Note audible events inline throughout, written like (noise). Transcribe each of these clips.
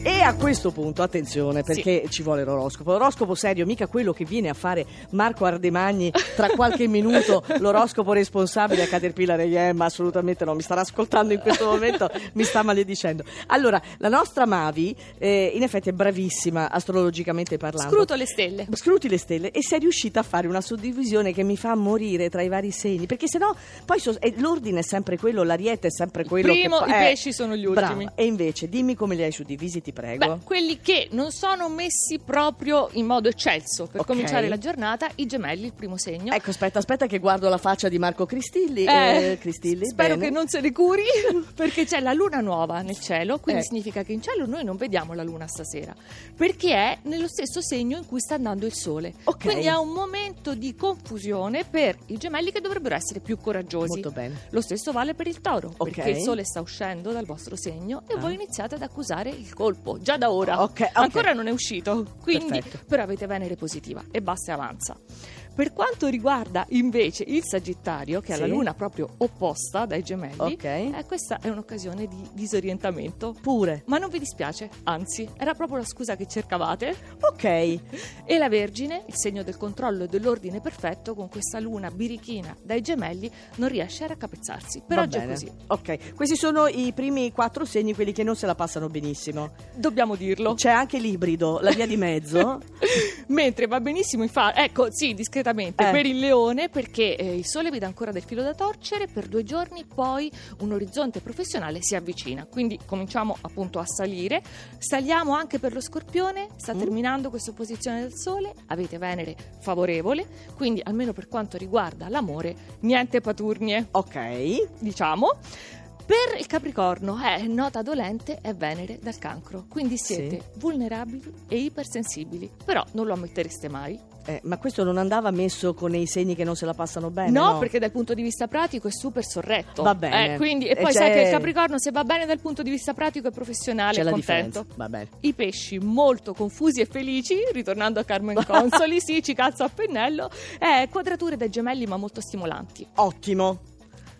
E a questo punto, attenzione, perché ci vuole l'oroscopo. L'oroscopo serio, mica quello che viene a fare Marco Ardemagni tra (laughs) qualche minuto, l'oroscopo responsabile a Caterpillar AM, ma assolutamente no, mi starà ascoltando in questo momento, mi sta maledicendo. Allora, la nostra Mavi, eh, in effetti è bravissima astrologicamente parlando. Scruto le stelle. Scruti le stelle e sei riuscita a fare una suddivisione che mi fa morire tra i vari segni, perché sennò poi so- eh, l'ordine è sempre quello, l'ariete è sempre quello che Primo, fa- eh, i pesci sono gli brava. ecco. ultimi. E invece, dimmi come li hai suddivisi, ti prego. Beh, quelli che non sono messi proprio in modo eccelso per Ok. cominciare la giornata, i gemelli, il primo segno. Ecco, aspetta, aspetta che guardo la faccia di Marco Cristilli. Eh, Eh, Cristilli, spero bene. che non se ne curi (laughs) perché c'è la luna nuova nel cielo quindi Eh. significa che in cielo noi non vediamo la luna stasera perché è nello stesso segno in cui sta andando il sole Ok. quindi è un momento di confusione per i gemelli che dovrebbero essere più coraggiosi Molto bene. lo stesso vale per il toro Ok. perché il sole sta uscendo dal vostro segno e Ah. voi iniziate ad accusare il colpo già da ora Ok, ok. ancora non è uscito quindi Perfetto. però avete Venere positiva e basta e avanza per quanto riguarda invece il Sagittario, che ha la Sì. luna proprio opposta dai gemelli, Ok. eh, questa è un'occasione di disorientamento. Pure. Ma non vi dispiace, anzi, era proprio la scusa che cercavate. Ok. E la Vergine, il segno del controllo e dell'ordine perfetto, con questa luna birichina dai gemelli, non riesce a raccapezzarsi. Per va oggi è bene. così, Ok, questi sono i primi quattro segni, quelli che non se la passano benissimo. dobbiamo dirlo. C'è anche l'ibrido, la via di mezzo. (laughs) Mentre va benissimo infatti, ecco sì, discretamente Eh. per il leone perché eh, il sole vi dà ancora del filo da torcere per due giorni, poi un orizzonte professionale si avvicina, quindi cominciamo appunto a salire, saliamo anche per lo scorpione, sta Mm. terminando questa opposizione del sole, avete Venere favorevole, quindi almeno per quanto riguarda l'amore, niente paturnie, ok. Eh, diciamo. Per il Capricorno, eh, nota dolente, è Venere dal cancro, quindi Sì. siete vulnerabili e ipersensibili, però non lo ammettereste mai. Eh, ma questo non andava messo con i segni che non se la passano bene? no, Eh, No, perché dal punto di vista pratico è super sorretto. Va bene. Eh, quindi- e E poi c'è- sai che il Capricorno se va bene dal punto di vista pratico e professionale c'è è la contento. differenza. Va bene. I pesci molto confusi e felici, ritornando (laughs) a Carmen Consoli, sì, ci calzo a pennello, eh, quadrature dai gemelli ma molto stimolanti. Ottimo.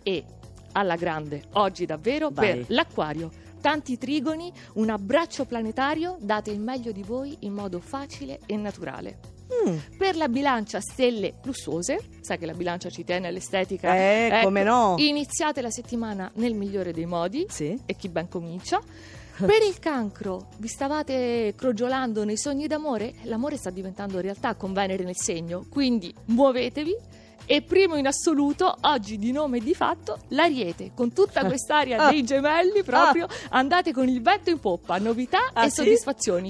e alla grande oggi davvero Vai. per l'acquario. Tanti trigoni, un abbraccio planetario, date il meglio di voi in modo facile e naturale. Mm. Per la bilancia stelle lussuose, sai che la bilancia ci tiene all'estetica. Eh, ecco, come no? Iniziate la settimana nel migliore dei modi Sì. e chi ben comincia. Per il cancro, vi stavate crogiolando nei sogni d'amore? L'amore sta diventando realtà con Venere nel segno, quindi muovetevi. E primo in assoluto, oggi di nome e di fatto, l'Ariete, con tutta (laughs) quest'aria Ah. dei gemelli proprio, andate con il vento in poppa, novità Ah, e sì? soddisfazioni.